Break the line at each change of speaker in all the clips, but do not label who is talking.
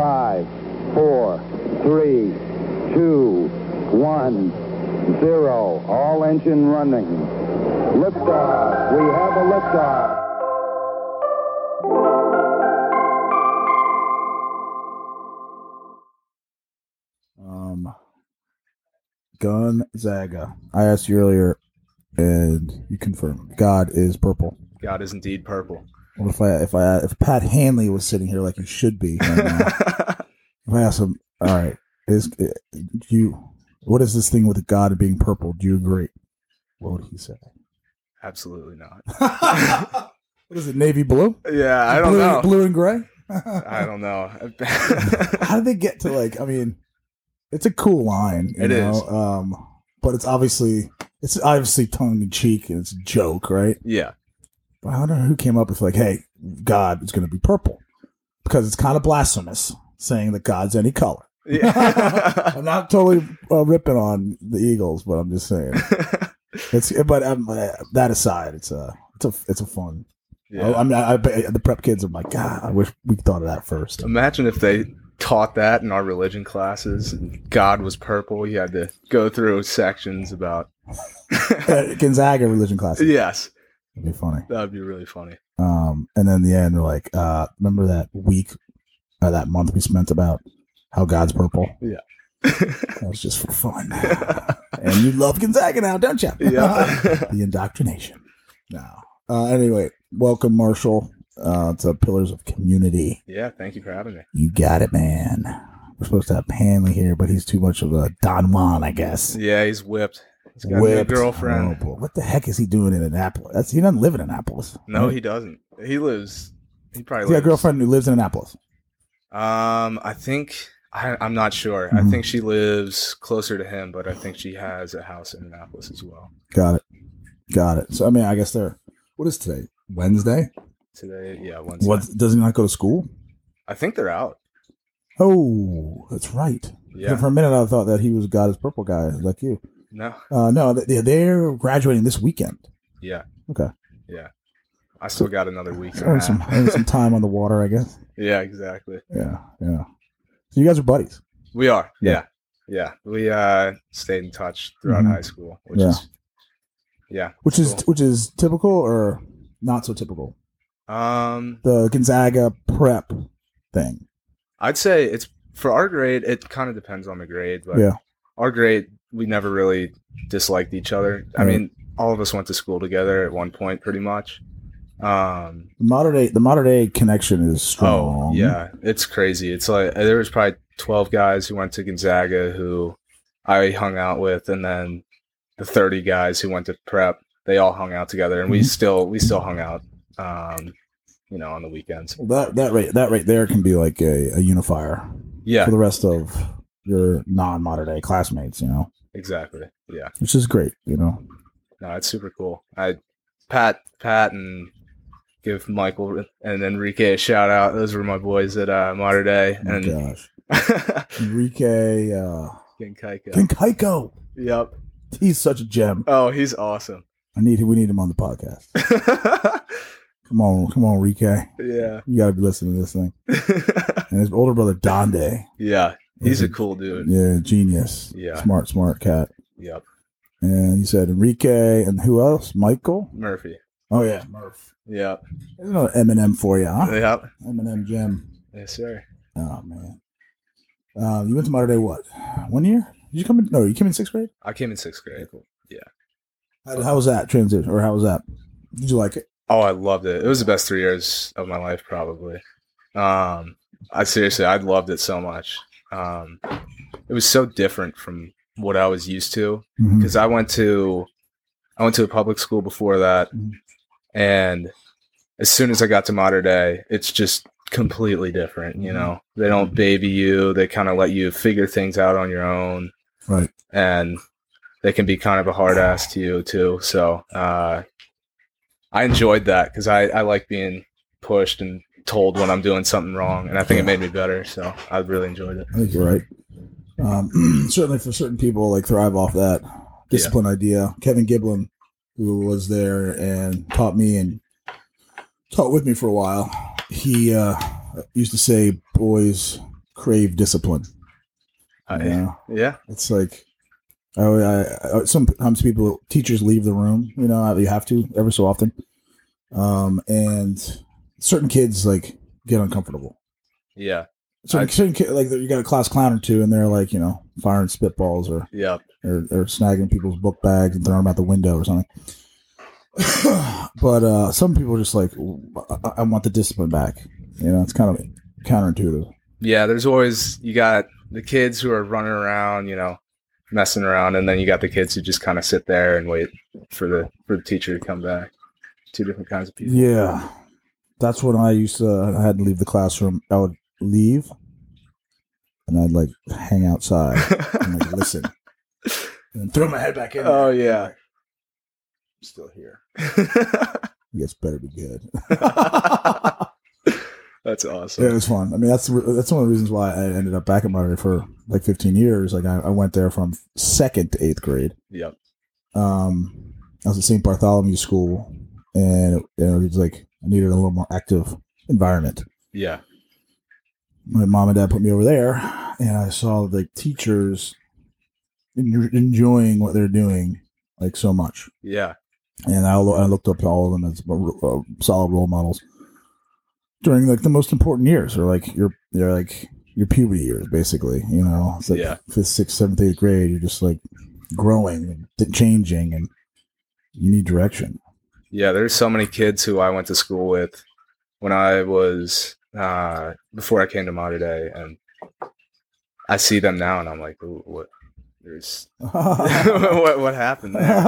five, four, three, two, one, zero. All engine running. Liftoff. We have a liftoff.
Um, Gonzaga. I asked you earlier, and you confirmed God is purple.
God is indeed purple.
What if I if I if Pat Hanley was sitting here like he should be? Right now, if I asked him, all right, is eh, do you what is this thing with God being purple? Do you agree? What would he say?
Absolutely not.
What is it? Navy blue?
Yeah, I don't
blue,
know.
Blue and gray.
I don't know.
How did they get to like? I mean, it's a cool line. You
It
know?
is.
um, but it's obviously it's obviously tongue in cheek and it's a joke, right?
yeah,
But I don't know who came up with like, hey, God is going to be purple because it's kind of blasphemous saying that God's any color.
yeah.
I'm not totally uh, ripping on the Eagles, but I'm just saying it's. But um, uh, that aside, it's a it's a it's a fun.
yeah.
I, I mean, I, I, bet the prep kids are like, God, I wish we thought of that first.
Imagine if they taught that in our religion classes. And God was purple. You had to go through sections about.
Uh, Gonzaga religion class.
yes,
It'd be funny.
that would be really funny.
Um, and then the end, they're like, uh, remember that week or that month we spent about how God's purple?
Yeah.
that was just for fun. and you love Gonzaga now, don't you?
Yeah.
the indoctrination. No. Uh, anyway, welcome, Marshall, uh, to Pillars of Community.
yeah. Thank you for having me.
You got it, man. We're supposed to have Hanley here, but he's too much of a Don Juan, I guess.
Yeah, he's whipped. He's got
Whipped.
a new girlfriend.
Oh, boy. What the heck is he doing in Annapolis? That's, he doesn't live in Annapolis.
No, he doesn't. He lives. He probably
He's got a
lives.
girlfriend who lives in Annapolis.
Um, I think I, I'm not sure.
Mhm.
I think she lives closer to him, but I think she has a house in Annapolis as well.
Got it. Got it. So I mean, I guess they're what is today? Wednesday.
Today, yeah, Wednesday.
What does he not go to school?
I think they're out.
Oh, that's right.
Yeah.
For a minute, I thought that he was God as purple guy like you.
No.
Uh, no, they- they're graduating this weekend.
Yeah.
Okay.
Yeah. I still got another week. and a
Earn some
half.
earn some time on the water, I guess.
yeah, exactly.
Yeah, yeah. So you guys are buddies.
We are.
Yeah.
Yeah. Yeah. We uh stayed in touch throughout
Mhm.
high school, which
Yeah.
is yeah.
which is
Cool.
which is typical or not so typical.
Um
The Gonzaga prep thing.
I'd say it's for our grade, it kind of depends on the grade, but
Yeah.
our grade we never really disliked each other. I
Right.
mean, all of us went to school together at one point pretty much. Um
The modern day, the modern day connection is strong.
Oh yeah, it's crazy. It's like there was probably twelve guys who went to Gonzaga who I hung out with, and then the thirty guys who went to prep. They all hung out together, and we
Mhm.
still we still hung out, um, you know, on the weekends.
Well, that that right that right there can be like a, a unifier
Yeah,
for the rest of your non modern day classmates. You know,
exactly. Yeah,
which is great. You know,
no, it's super cool. I Pat Pat and give Michael and Enrique a shout out. Those were my boys at uh, Modern Day
oh my
and
gosh, Enrique uh,
Kinkaika.
Kinkaiko,
Yep.
he's such a gem.
Oh, he's awesome.
I need we need him on the podcast. Come on, come on, Enrique,
yeah.
you got to be listening to this thing. And his older brother Donde,
yeah, he's
Mhm.
a cool dude.
yeah, genius,
Yeah.
smart, smart cat.
Yep,
And you said Enrique and who else? Michael.
Murphy.
Oh yeah, Murph.
Yep,
There's another Eminem for you, huh?
yep.
Eminem gem.
Yes, sir.
Oh man. Uh, you went to modern day what? One year? Did you come in? No, you came in sixth grade.
I came in sixth grade.
How, how was that transition, or how was that? Did you like it?
Oh, I loved it. It was the best three years of my life, probably. Um, I seriously, I loved it so much. Um, it was so different from what I was used to
Mhm.
because I went to, I went to a public school before that,
Mhm.
and as soon as I got to modern day, it's just completely different. You know, they don't baby you. They kind of let you figure things out on your own.
Right.
and they can be kind of a hard ass to you too. So uh, I enjoyed that because I, I like being pushed and told when I'm doing something wrong, and I think it made me better. So I really enjoyed it.
I think you're right. Um, certainly for certain people, like thrive off that discipline idea. Kevin Giblin, who was there and taught me and taught with me for a while, he uh, used to say, "Boys, crave discipline.
I-
you know?
yeah.
It's like, I, I, I, sometimes people, teachers leave the room, you know, you have to every so often. Um, and certain kids like get uncomfortable.
Yeah.
Certain,
I-
certain kid, like you got a class clown or two and they're like, you know, firing spitballs or,
Yeah.
or, or snagging people's book bags and throwing them out the window or something. but uh, some people are just like, I, I- I want the discipline back. You know, it's kind of counterintuitive.
Yeah. There's always, you got the kids who are running around, you know, messing around. And then you got the kids who just kind of sit there and wait for the, for the teacher to come back. Two different kinds of people.
Yeah, that's when I used to. I had to leave the classroom. I would leave, and I'd like hang outside and like listen, and then throw my head back in.
oh, yeah.
I'm still here. Yes, better be good.
That's
Yeah, it
awesome.
was fun. I mean, that's the- that's one of the reasons why I ended up back at Monterey for like 15 years. Like I, I went there from second to eighth grade.
Yep.
Um, I was at St. Bartholomew School, and it, you know, it was like I needed a little more active environment.
Yeah.
my mom and dad put me over there and i saw the teachers en- enjoying what they're doing like so much
Yeah.
and i, lo- I looked up to all of them as a ro- uh, solid role models during like the most important years or like your they're like your puberty years basically you know it's like
Yeah.
fifth sixth seventh eighth grade you're just like growing and th- changing and you need direction
Yeah, there's so many kids who I went to school with when I was uh, before I came to Modern Day, and I see them now, and I'm like, "Ooh, what? There's what, what happened there?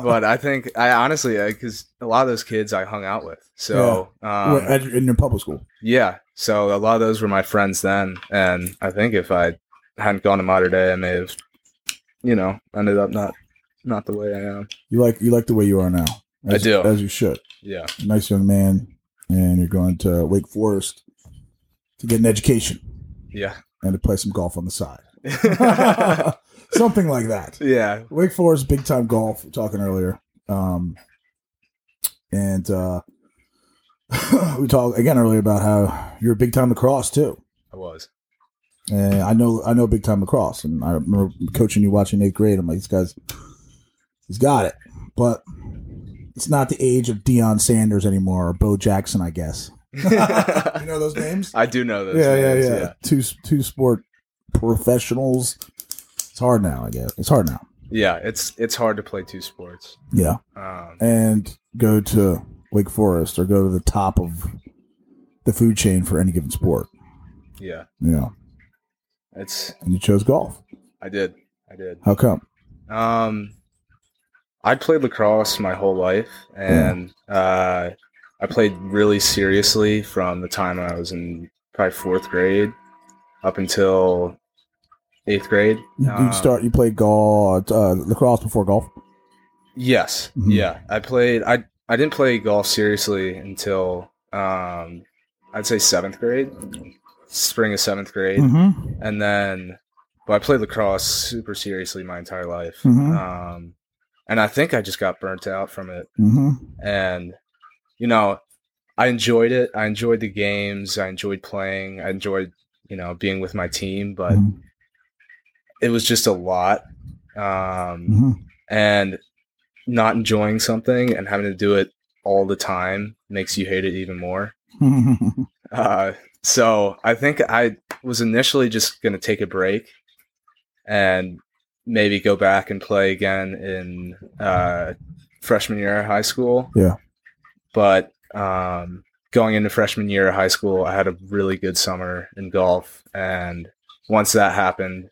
But I think I honestly, because a lot of those kids I hung out with, so
Well,
um,
at- in your public school
yeah, so a lot of those were my friends then, and I think if I hadn't gone to Modern Day, I may have, you know, ended up not not the way I am.
you like you like the way you are now
I
As-
do.
as you should
Yeah,
nice young man, and you're going to Wake Forest to get an education
yeah,
and to play some golf on the side. Something like that.
yeah,
Wake Forest, big time golf, we were talking earlier. Um, and uh, we talked again earlier about how you're a big time lacrosse too.
I was.
And I know I know big time lacrosse, and I remember coaching you watching eighth grade. I'm like, this guy's he's got it, but it's not the age of Deion Sanders anymore or Bo Jackson, I guess. You know those names?
I do know those.
yeah,
names,
yeah, yeah, Two two sport professionals. It's hard now, I guess. It's hard now.
Yeah, it's it's hard to play two sports.
Yeah,
Um,
and go to Wake Forest or go to the top of the food chain for any given sport.
yeah,
Yeah,
it's
and you chose golf.
I did, I did.
How come?
Um, I played lacrosse my whole life, and uh, I played really seriously from the time I was in probably fourth grade up until eighth grade.
You, you
Um,
start. You played golf, uh, lacrosse before golf.
Yes.
Mhm.
Yeah. I played I I didn't play golf seriously until um I'd say 7th grade. Spring of 7th grade.
Mm-hmm.
And then but I played lacrosse super seriously my entire life.
Mhm.
Um and I think I just got burnt out from it
Mm-hmm.
and you know, I enjoyed it. I enjoyed the games, I enjoyed playing, I enjoyed, you know, being with my team, but
Mhm.
it was just a lot. Um
Mm-hmm.
and not enjoying something and having to do it all the time makes you hate it even more.
Mm-hmm.
Uh, so I think I was initially just going to take a break and maybe go back and play again in uh, freshman year of high school.
Yeah.
But um, going into freshman year of high school, I had a really good summer in golf, and once that happened,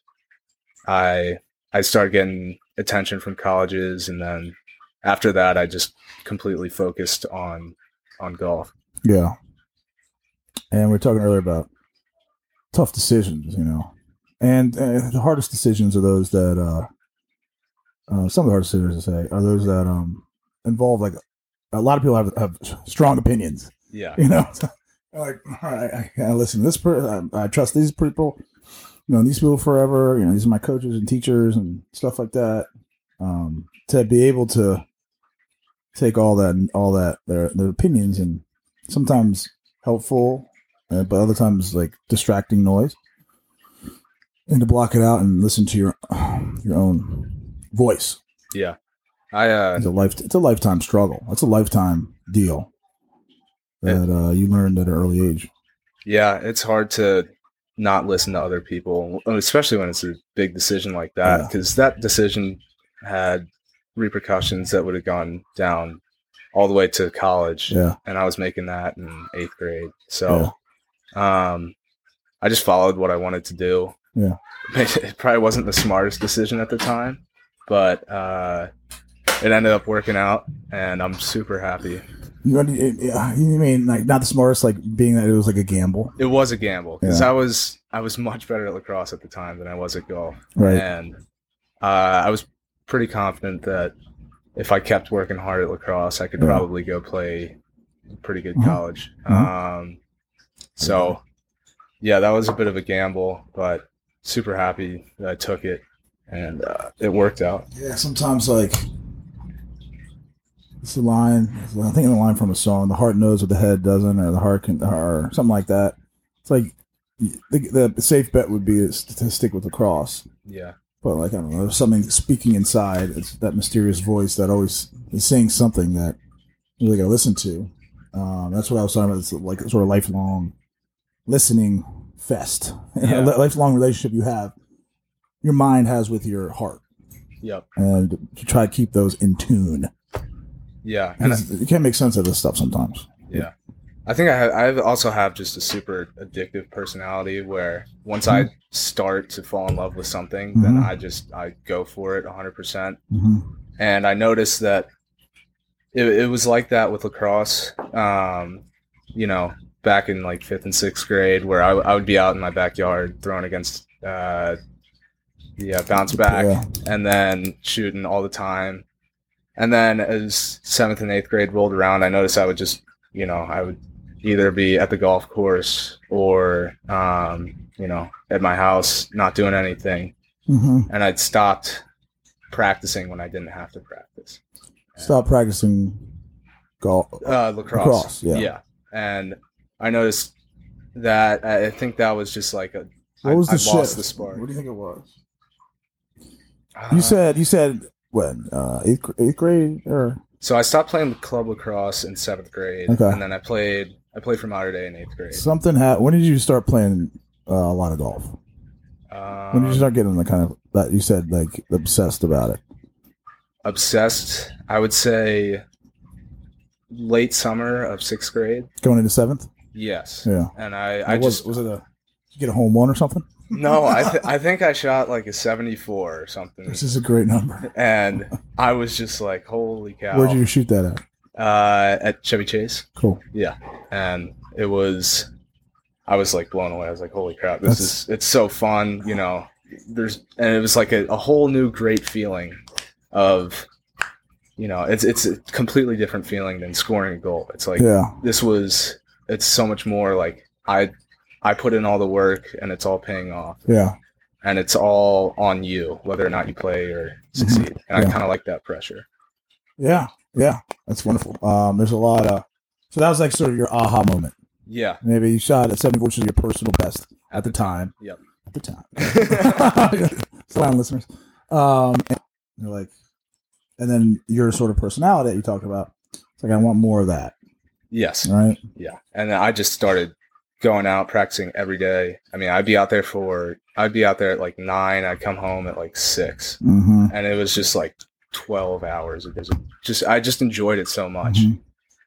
I I started getting attention from colleges, and then after that, I just completely focused on on golf.
Yeah. And we were talking earlier about tough decisions, you know, and uh, the hardest decisions are those that uh, uh, some of the hardest decisions I say are those that um, involve like a lot of people have have strong opinions,
Yeah.
you know. like, all right, I, I listen to this person. I, I trust these people. You know, these people forever. You know, these are my coaches and teachers and stuff like that. Um, to be able to take all that and all that their their opinions and sometimes helpful, uh, but other times like distracting noise. and to block it out and listen to your your own voice.
Yeah. I uh
It's a life. It's a lifetime struggle. It's a lifetime deal that uh, you learned at an early age.
yeah, it's hard to not listen to other people, oh, especially when it's a big decision like that
Yeah.
cuz that decision had repercussions that would have gone down all the way to college
Yeah,
and I was making that in 8th grade. So um I just followed what I wanted to do.
Yeah.
It probably wasn't the smartest decision at the time, but uh it ended up working out and I'm super happy.
you, already- it- yeah, you mean like not the smartest, like being that it was like a gamble,
It was a gamble because
Yeah.
I was I was much better at lacrosse at the time than I was at golf,
right?
and uh, I was pretty confident that if I kept working hard at lacrosse, I could
Yeah.
probably go play pretty good
Mhm.
college.
Mhm.
Um, so, yeah, that was a bit of a gamble, but super happy that I took it, and uh, it worked out.
Yeah, sometimes like it's a line. I think the line from a song: "The heart knows what the head doesn't," or "The heart can," or something like that. It's like the, the safe bet would be to stick with the cross,
Yeah,
but like I don't know, there's something speaking inside. It's that mysterious voice that always is saying something that you really got to listen to. Um, that's what I was talking about. It's like sort of lifelong listening fest,
Yeah.
a li- lifelong relationship you have, your mind has with your heart
yep,
and to try to keep those in tune.
yeah, and I,
Because you can't make sense of this stuff sometimes.
I think I have, I also have just a super addictive personality where once I start to fall in love with something, then
Mhm.
I just I go for it 100 percent
hmm
and I noticed that it, it was like that with lacrosse. Um, you know, back in like fifth and sixth grade, where I, w- I would be out in my backyard throwing against uh, yeah bounce back,
Yeah.
and then shooting all the time. And then as seventh and eighth grade rolled around, I noticed I would just you know I would either be at the golf course or um, you know at my house not doing anything,
hmm
and I'd stopped practicing when I didn't have to practice.
Stop practicing golf.
uh,
Lacrosse,
lacrosse.
yeah.
And I noticed that I I think that was just like a I-
What was
I
the
lost
shift?
the spark.
What do you think it was?
uh,
You said you said when uh, eighth gr- eighth grade or
so. I stopped playing club lacrosse in seventh grade,
Okay.
and then I played I played for Modern Day in eighth grade.
something. Ha- when did you start playing uh, a lot of golf? When did you
Um,
start getting the kind of that you said like obsessed about it?
obsessed, I would say, late summer of sixth grade.
Going into seventh?
Yes,
Yeah.
and I I
was,
just
was it a you get a home one or something?
no I th- I think I shot like a seventy four or something,
This is a great number.
and I was just like, holy cow!
Where'd you shoot that at?
uh, at Chevy Chase.
Cool.
and it was i was like blown away i was like holy crap this
That's-
is it's so fun you know there's and it was like a, a whole new great feeling of you know it's it's a completely different feeling than scoring a goal it's like
yeah.
this was it's so much more like i i put in all the work and it's all paying off
Yeah.
and it's all on you whether or not you play or succeed and i
Mm-hmm. Yeah.
kind of like that pressure
Yeah, yeah, that's wonderful. Um, there's a lot of so that was like sort of your aha moment.
yeah
Maybe you shot at seventy, which is your personal best at the time.
Yep.
at the time. Slam listeners. Um, and you're like, and then your sort of personality that you talked about. It's like I want more of that,
yes
right?
Yeah. And then I just started going out practicing every day. I mean, I'd be out there for I'd be out there at like nine. I'd come home at like six,
Mm-hmm.
and it was just like twelve hours. It was just I just enjoyed it so much,
Mhm.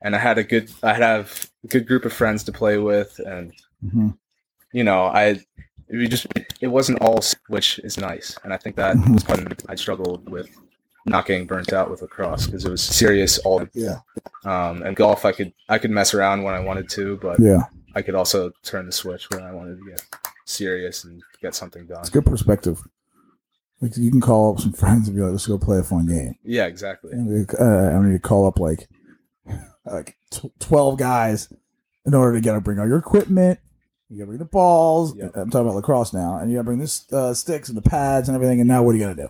and I had a good I would have a good group of friends to play with, and
hmm
you know I we just it wasn't all s- which is nice, and I think that was when I struggled with not getting burnt out with lacrosse because it was serious all
Yeah,
um and golf I could I could mess around when I wanted to, but
yeah,
I could also turn the switch when I wanted to get serious and get something done.
it's good perspective. Like you can call up some friends and be like, "Let's go play a fun game."
Yeah, exactly.
And we, uh, I mean, you call up like like tw- twelve guys in order to get to bring all your equipment. You got to bring the balls.
Yeah.
I'm talking about lacrosse now, and you got to bring this uh, sticks and the pads and everything. And now, what are you gonna do?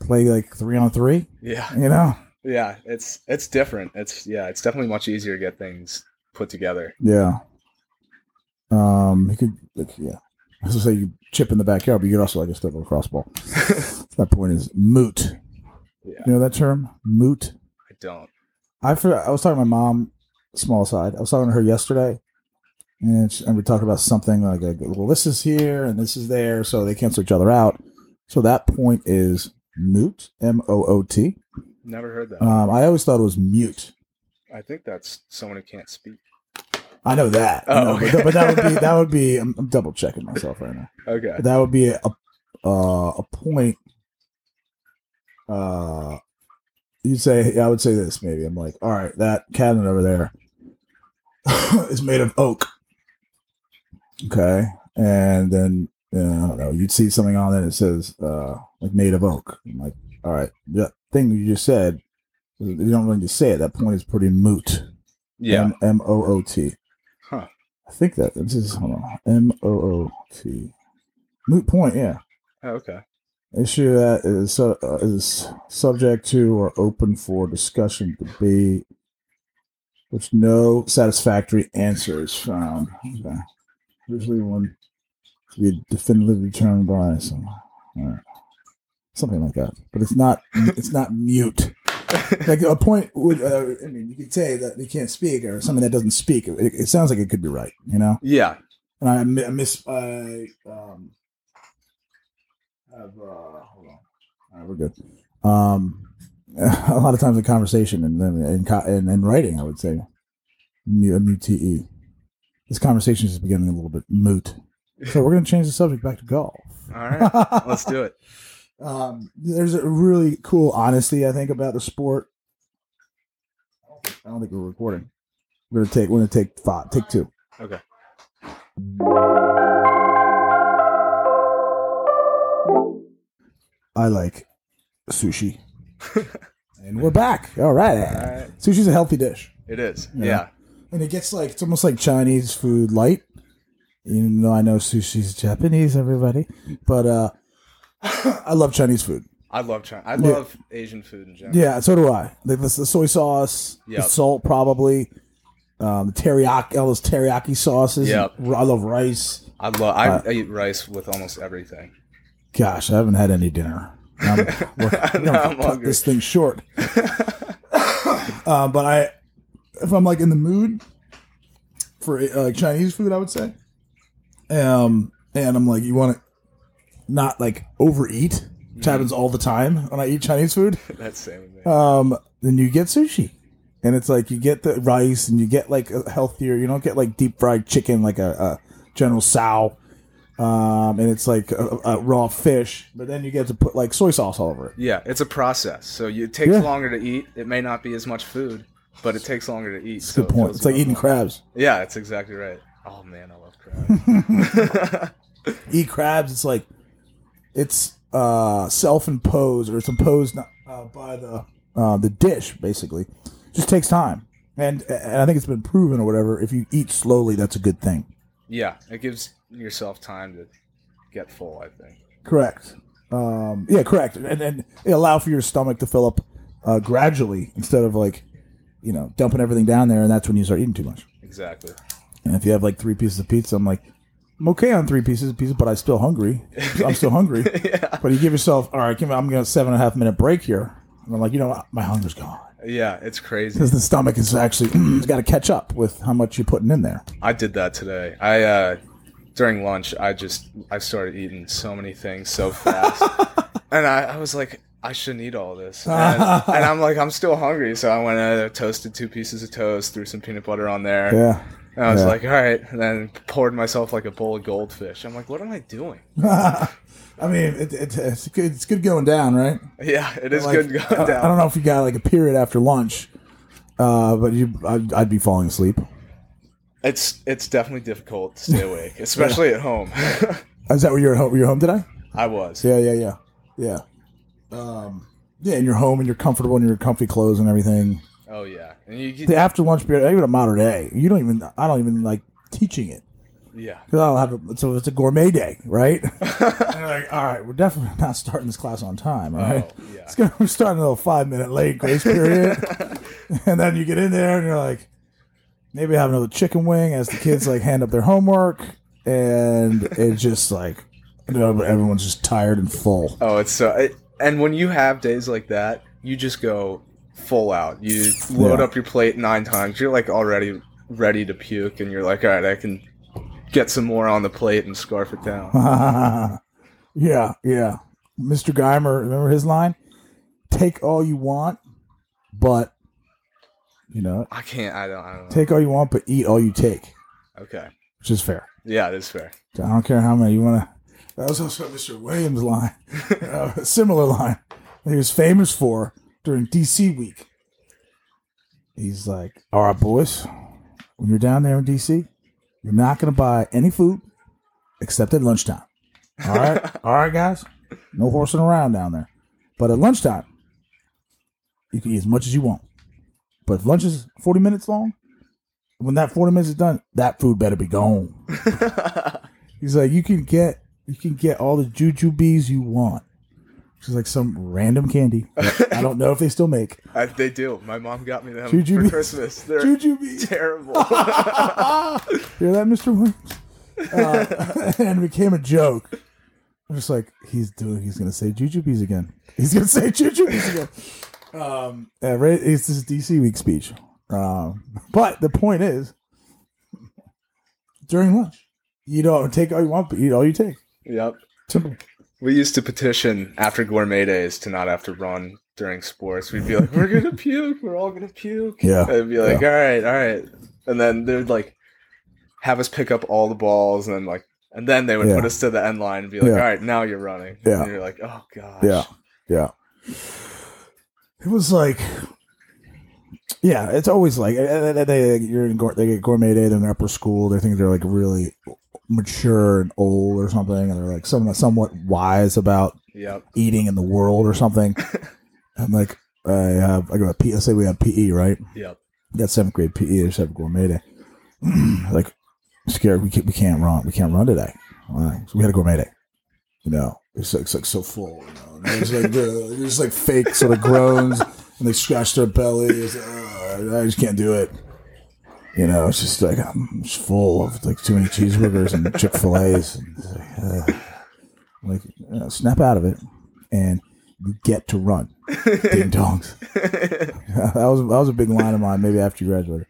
Play like three on three?
Yeah,
You know?
yeah. It's it's different. It's yeah. It's definitely much easier to get things put together.
Yeah. Um, you could like yeah. I was gonna say you chip in the backyard, but you could also like a step on a crossball. that point is moot.
Yeah.
You know that term, moot.
I don't.
I forgot, I was talking to my mom, small side. I was talking to her yesterday, and, she, and we talked about something like, like, well, this is here and this is there, so they cancel each other out. So that point is moot, M O O T.
Never heard that.
Um, I always thought it was mute.
I think that's someone who can't speak.
I know that,
Oh,
No, but,
okay.
but that would be that would be. I'm, I'm double checking myself right now.
Okay.
That would be a uh, a point. Uh, you'd say yeah, I would say this maybe. I'm like, all right, that cabinet over there is made of oak. Okay, and then uh, I don't know. You'd see something on it that says uh, like made of oak. I'm like, all right, that thing you just said. You don't really need to say it. That point is pretty moot.
Yeah.
M O O T.
Huh.
I think that this is hold on. M O O T. Moot point. Yeah.
Oh, okay.
Issue that is su- uh, is subject to or open for discussion, debate, which no satisfactory answer is found. Okay. Usually one to be definitively determined by someone. All right. Something like that, but it's not. It's not mute like a point would uh, i mean you could say that they can't speak or something that doesn't speak it, it sounds like it could be right you know
yeah.
and i, mi- I miss i um have uh hold on all right we're good um a lot of times in conversation and then in, co- in, in writing i would say mu- mute E. this conversation is becoming a little bit moot so we're going to change the subject back to golf
All right. Let's do it.
um, there's a really cool honesty I think about the sport. I don't think- I don't think we're recording. We're gonna take we're gonna take five, take two.
Okay.
I like sushi, and we're back. All right.
All right.
sushi's a healthy dish,
It is.
Yeah.
yeah.
and it gets like it's almost like Chinese food light. Even though I know sushi's Japanese, everybody, but uh, I love Chinese food.
I love China. I
Yeah.
love Asian food in general.
Yeah, so do I. Like the, the soy sauce,
Yep.
the salt, probably um, the teriyaki, all those teriyaki sauces.
Yep.
I love rice.
I love. I,
Uh,
I eat rice with almost everything.
Gosh, I haven't had any dinner. I'm, we're, we're
Now
gonna
I'm
cut
hungry.
this thing short. uh, but I, if I'm like in the mood for uh, like Chinese food, I would say, um, and I'm like, you want to not like overeat, which
Mm-hmm.
happens all the time when I eat Chinese food.
That's same with me.
um, then you get sushi. And it's like you get the rice and you get like a healthier, you don't get like deep fried chicken like a, a General Sow. Um, and it's like a, a raw fish, but then you get to put like soy sauce all over it.
yeah, it's a process. So you, it takes
Yeah.
longer to eat. It may not be as much food, but it takes longer to eat.
It's a
so
good
it
point.
feels
It's like
good.
eating crabs.
Yeah, that's exactly right. Oh man, I love crab.
Eat crabs, it's like it's uh, self imposed or it's imposed uh, by the uh, the dish basically. Just takes time. And, and I think it's been proven or whatever. If you eat slowly, that's a good thing.
yeah, it gives yourself time to get full. I think.
Correct. Um, yeah, correct. And and allow for your stomach to fill up uh, gradually instead of like, you know, dumping everything down there, and that's when you start eating too much.
Exactly.
And if you have like three pieces of pizza, I'm like, I'm okay on three pieces of pizza, but I'm still hungry. I'm still hungry.
Yeah.
But you give yourself, all right, give me, I'm going to seven and a half minute break here. And I'm like, you know what? My hunger's gone.
Yeah, it's crazy.
Because the stomach is actually, it's got to catch up with how much you're putting in there.
I did that today. I uh, during lunch, I just I started eating so many things so fast, and I, I was like, I shouldn't eat all this. And, and I'm like, I'm still hungry, so I went and I toasted two pieces of toast, threw some peanut butter on there,
Yeah.
and I was
yeah.
like, all right, and then poured myself like a bowl of goldfish. I'm like, what am I doing?
I mean, it, it, it's, good, it's good going down, right?
Yeah, it is
Like, uh,
good going
I,
down.
I don't know if you got like a period after lunch, uh, but you, I'd, I'd be falling asleep.
It's it's definitely difficult to stay awake, especially at home.
Is that where you're at home? You're home today?
I was.
Yeah, yeah, yeah, yeah. Um, yeah, and you're home and you're comfortable in your comfy clothes and everything.
Oh yeah, and you
The
get,
after lunch period, even a modern day, you don't even. I don't even like teaching it
yeah.
because I'll have a, so it's a gourmet day, right? And you're like, all right, we're definitely not starting this class on time, all right?
Oh, yeah.
It's gonna we're starting a little five minute late grace period, and then you get in there and you're like, maybe have another chicken wing as the kids like hand up their homework, and it's just like you know, everyone's just tired and full.
Oh, it's so. It, and when you have days like that, you just go full out. You load
Yeah.
up your plate nine times. You're like already ready to puke, and you're like, all right, I can get some more on the plate and scarf it down.
yeah, yeah. Mr. Geimer, remember his line? Take all you want, but you know,
I can't. I don't. I don't know.
take all you want, but eat all you take,
okay.
which is fair.
Yeah, that's fair.
I don't care how many you want to. That was also Mr. Williams' line, uh, similar line that he was famous for during DC week. He's like, "All right, boys, when you're down there in DC, you're not going to buy any food except at lunchtime. All right, all right, guys, no horsing around down there. But at lunchtime, you can eat as much as you want. But if lunch is 40 minutes long, when that 40 minutes is done, that food better be gone." He's like, you can get you can get all the juju bees you want. Which is like some random candy. that I don't know if they still make
I, they do. My mom got me them
Juju
for
bees.
Christmas. They're
juju bees.
terrible.
Hear that, Mister Williams? Uh, and it became a joke. I'm just like, he's doing. He's gonna say juju bees again. He's gonna say juju bees again. Um, yeah, right, it's this DC week speech. Um, but the point is, during lunch, you don't take all you want, but eat all you take.
yep.
Simple.
We used to petition after gourmet days to not have to run during sports. We'd be like, "We're gonna puke. We're all gonna puke."
Yeah,
And I'd be like, "All right, all right," and then they'd like have us pick up all the balls, and then like, and then they would
Yeah.
put us to the end line and be like,
Yeah.
"All right, now you're running."
Yeah.
And you're like, "Oh gosh."
Yeah. Yeah. It was like, yeah, it's always like eh, eh, they, you're in, gour- they get gourmet day, they're in upper school, they think they're like really mature and old or something, and they're like somewhat, somewhat wise about
Yep.
eating in the world or something. I'm like, I have, I go, P- let's say we have PE, right?
Yep.
That seventh grade PE or seventh gourmet day. like, scared, we can't, we can't run, we can't run today. All right, so we had a gourmet day. You know, it's like, it's like so full. You know, and it's like the, there's like fake sort of groans, and they scratch their belly. It's like, "Ugh, I just can't do it. You know, it's just like I'm just full of like too many cheeseburgers and Chick Fil A's, and it's like, "Ugh." like you know, snap out of it, and you get to run. Ding dongs. that was that was a big line of mine. Maybe after you graduated,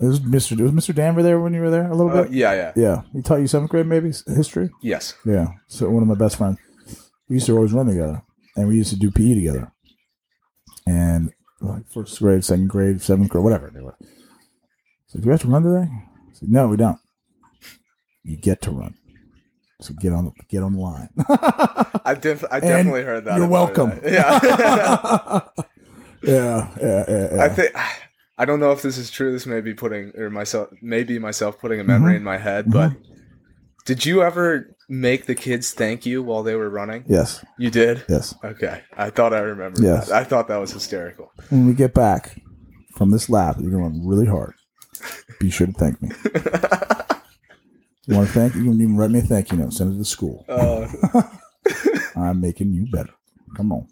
it was Mister. Was Mister Danver there when you were there a little
Uh,
bit?
yeah. Yeah.
Yeah, he taught you seventh grade, maybe s- history.
Yes.
Yeah. So one of my best friends, we used to always run together, and we used to do PE together. And like first grade, second grade, seventh grade, whatever they were. So do we have to run today? I said, no, we don't. You get to run. So get on the get on the line.
I def- I definitely heard that.
you're
about
welcome.
that. Yeah.
yeah, yeah, yeah. yeah.
I think I don't know if this is true. This may be putting or myself maybe myself putting a
Mm-hmm.
memory in my head, but did you ever make the kids thank you while they were running?
yes,
You did?
yes.
Okay. I thought I remembered
Yes.
that. I thought that was hysterical.
When we get back from this lap, you're gonna run really hard. Be sure to thank me. You want to thank? You can even write me a thank you note. Send it to the school.
Uh,
I'm making you better. Come on,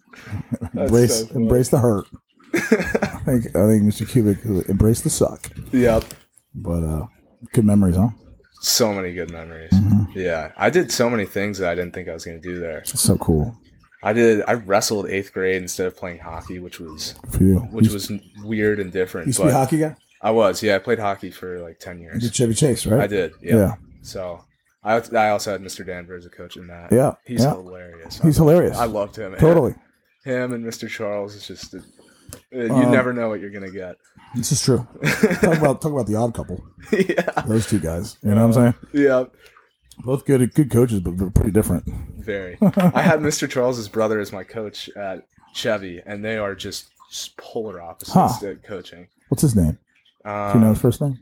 That's
embrace
so funny.
embrace the hurt. I think I think Mr. Kubik embraced the suck.
yep.
But uh, good memories, huh?
So many good memories.
Mm-hmm.
Yeah. I did so many things that I didn't think I was going to do there.
That's so cool
I did I wrestled 8th grade instead of playing hockey, which was
for you.
which
you,
was weird and
you
different,
used to be
but
a hockey guy.
I was. Yeah, I played hockey for like 10
You
years.
did Chevy Chase, right?
I did. Yeah.
Yeah,
So I I also had Mr. Danvers as a coach in that.
yeah,
He's
yeah.
hilarious.
He's hilarious.
I loved him.
totally.
Him and Mr. Charles is just a, you
Um,
never know what you're gonna get.
This is true. talk about talk about the odd couple.
yeah.
Those two guys. You know
Uh,
what I'm saying?
Yeah.
Both good good coaches, but they're pretty different.
Very. I had Mr. Charles's brother as my coach at Chevy, and they are just s- polar opposites
Huh.
at coaching.
What's his name? Do you
Um,
know his first name?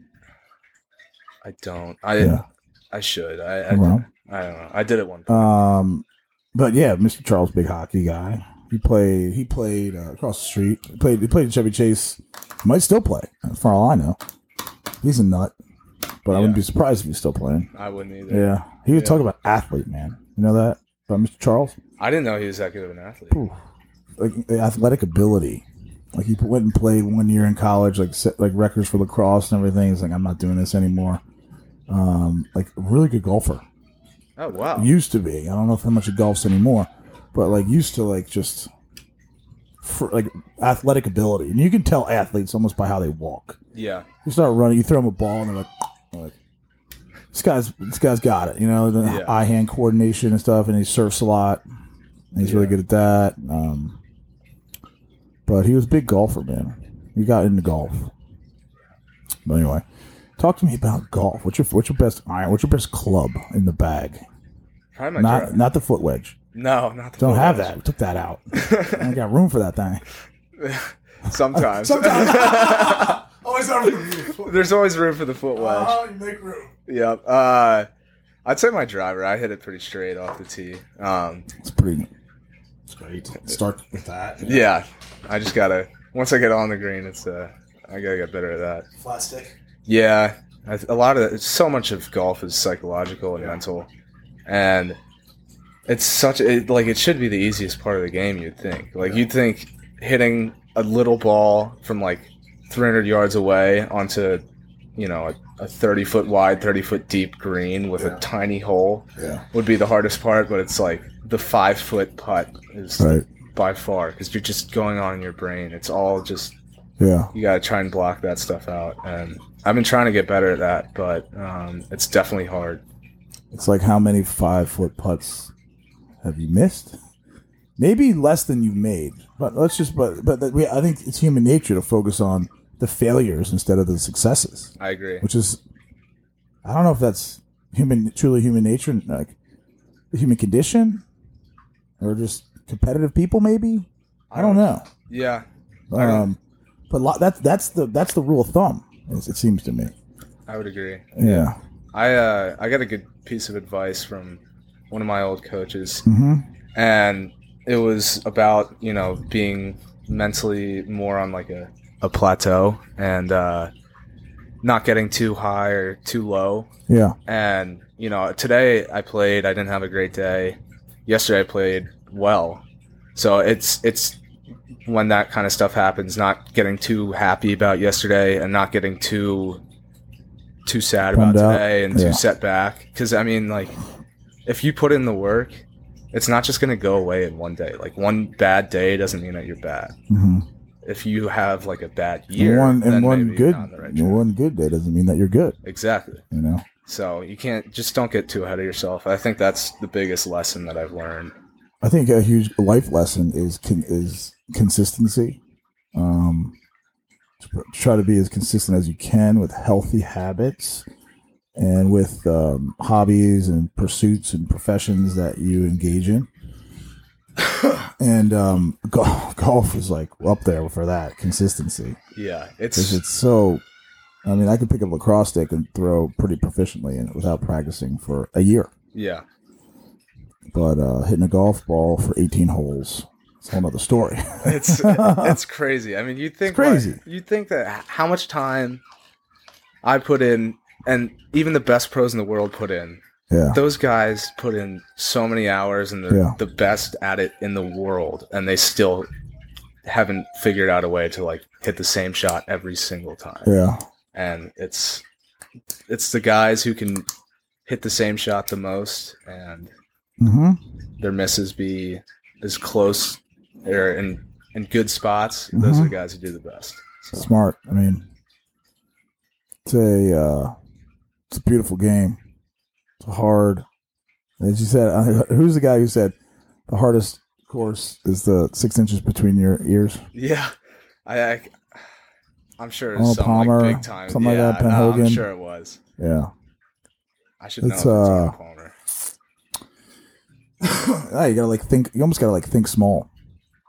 I don't. I
Uh, Yeah.
I should. I I,
Well.
I don't know. I did it one. Time.
Um, but yeah, Mr. Charles, big hockey guy. He played. He played uh, across the street. He played. He played at Chevy Chase. Might still play, for all I know. He's a nut, but I wouldn't be surprised if he's still playing.
I wouldn't either.
Yeah, he would
Yeah.
talk about athlete, man. You know that about Mr. Charles?
I didn't know he was that good of an athlete.
Oof. Like the athletic ability. Like he went and played one year in college, like set like records for lacrosse and everything. He's like, I'm not doing this anymore. Um, like really good golfer.
Oh wow.
Used to be. I don't know if how much he golfs anymore, but like used to like just for, like athletic ability, and you can tell athletes almost by how they walk.
yeah.
You start running, you throw them a ball, and they're like, they're like, "This guy's this guy's got it." You know, the
Yeah.
eye hand coordination and stuff, and he surfs a lot. And he's really
Yeah.
good at that. Um, but he was a big golfer, man. He got into golf. But anyway, talk to me about golf. What's your what's your best iron? What's your best club in the bag?
Probably my
Not
drive.
not the foot wedge.
No, not the
Don't
full
have
wedge.
that. We took that out. I ain't got room for that thing.
Sometimes.
Always have room for the foot Uh-huh.
There's always room for the foot wedge.
you make room.
Yep. Uh, I'd say my driver. I hit it pretty straight off the tee. Um,
It's pretty.
It's great. Start with that.
yeah. I just gotta. Once I get on the green, it's uh, I gotta get better at that.
Flat stick.
Yeah, I th- a lot of it's so much of golf is psychological and mental, and it's such it, like it should be the easiest part of the game. You'd think like you'd think hitting a little ball from like 300 yards away onto you know a, a 30 foot wide, 30 foot deep green with
Yeah.
a tiny hole
Yeah.
would be the hardest part. But it's like the five foot putt is
Right.
by far because you're just going on in your brain. It's all just
Yeah.
you gotta try and block that stuff out and i've been trying to get better at that but um, it's definitely hard
It's like how many five foot putts have you missed? Maybe less than you made. But let's just but but that we, I think it's human nature to focus on the failures instead of the successes,
i agree
which is I don't know if that's human truly human nature like the human condition or just competitive people maybe. I don't know.
yeah I don't-
Um, but lo- that's that's the that's the rule of thumb. It, it seems to me.
i would agree
Yeah.
i uh, i got a good piece of advice from one of my old coaches
Mm-hmm.
and it was about you know being mentally more on like a, a plateau and uh, not getting too high or too low
Yeah.
and you know today i played i didn't have a great day yesterday i played well so it's it's when that kind of stuff happens not getting too happy about yesterday and not getting too too sad about
Bummed out.
today and
Yeah.
too set back because i mean like if you put in the work it's not just going to go away in one day like one bad day doesn't mean that you're bad
Mm-hmm.
if you have like a bad
and
year
one
then
and one
maybe you're
good
not on the right
and
track.
one good day doesn't mean that you're good.
exactly
You know.
so you can't just don't get too ahead of yourself. I think that's the biggest lesson that I've learned.
I think a huge life lesson is con- is consistency. Um, to pr- try to be as consistent as you can with healthy habits and with um, hobbies and pursuits and professions that you engage in. and um, golf, golf is like up there for that consistency.
Yeah,
'Cause
it's
it's so. I mean, I could pick up a lacrosse stick and throw pretty proficiently in it without practicing for a year.
yeah,
But uh, hitting a golf ball for 18 holes, it's a whole nother story.
it's it's crazy. I mean, you think like-
crazy.
you think that h- how much time I put in, and even the best pros in the world put in.
yeah.
Those guys put in so many hours, and they're
Yeah.
the best at it in the world, and they still haven't figured out a way to like hit the same shot every single time.
Yeah.
and it's it's the guys who can hit the same shot the most and
hmm
their misses be as close or in in good spots those
Mm-hmm.
are the guys who do the best so,
Smart. I mean, it's a, uh, it's a beautiful game. It's hard. As you said, I- who's the guy who said the hardest course is the six inches between your ears?
yeah i, I i'm sure it's
Arnold
some
Oh, Palmer,
like big time
something like
yeah,
that, Ben
no, i'm
Hogan.
sure it was
Yeah.
i should know
It's,
if it's Arnold
uh,
Palmer.
Ah, you gotta like think. You almost gotta like think small.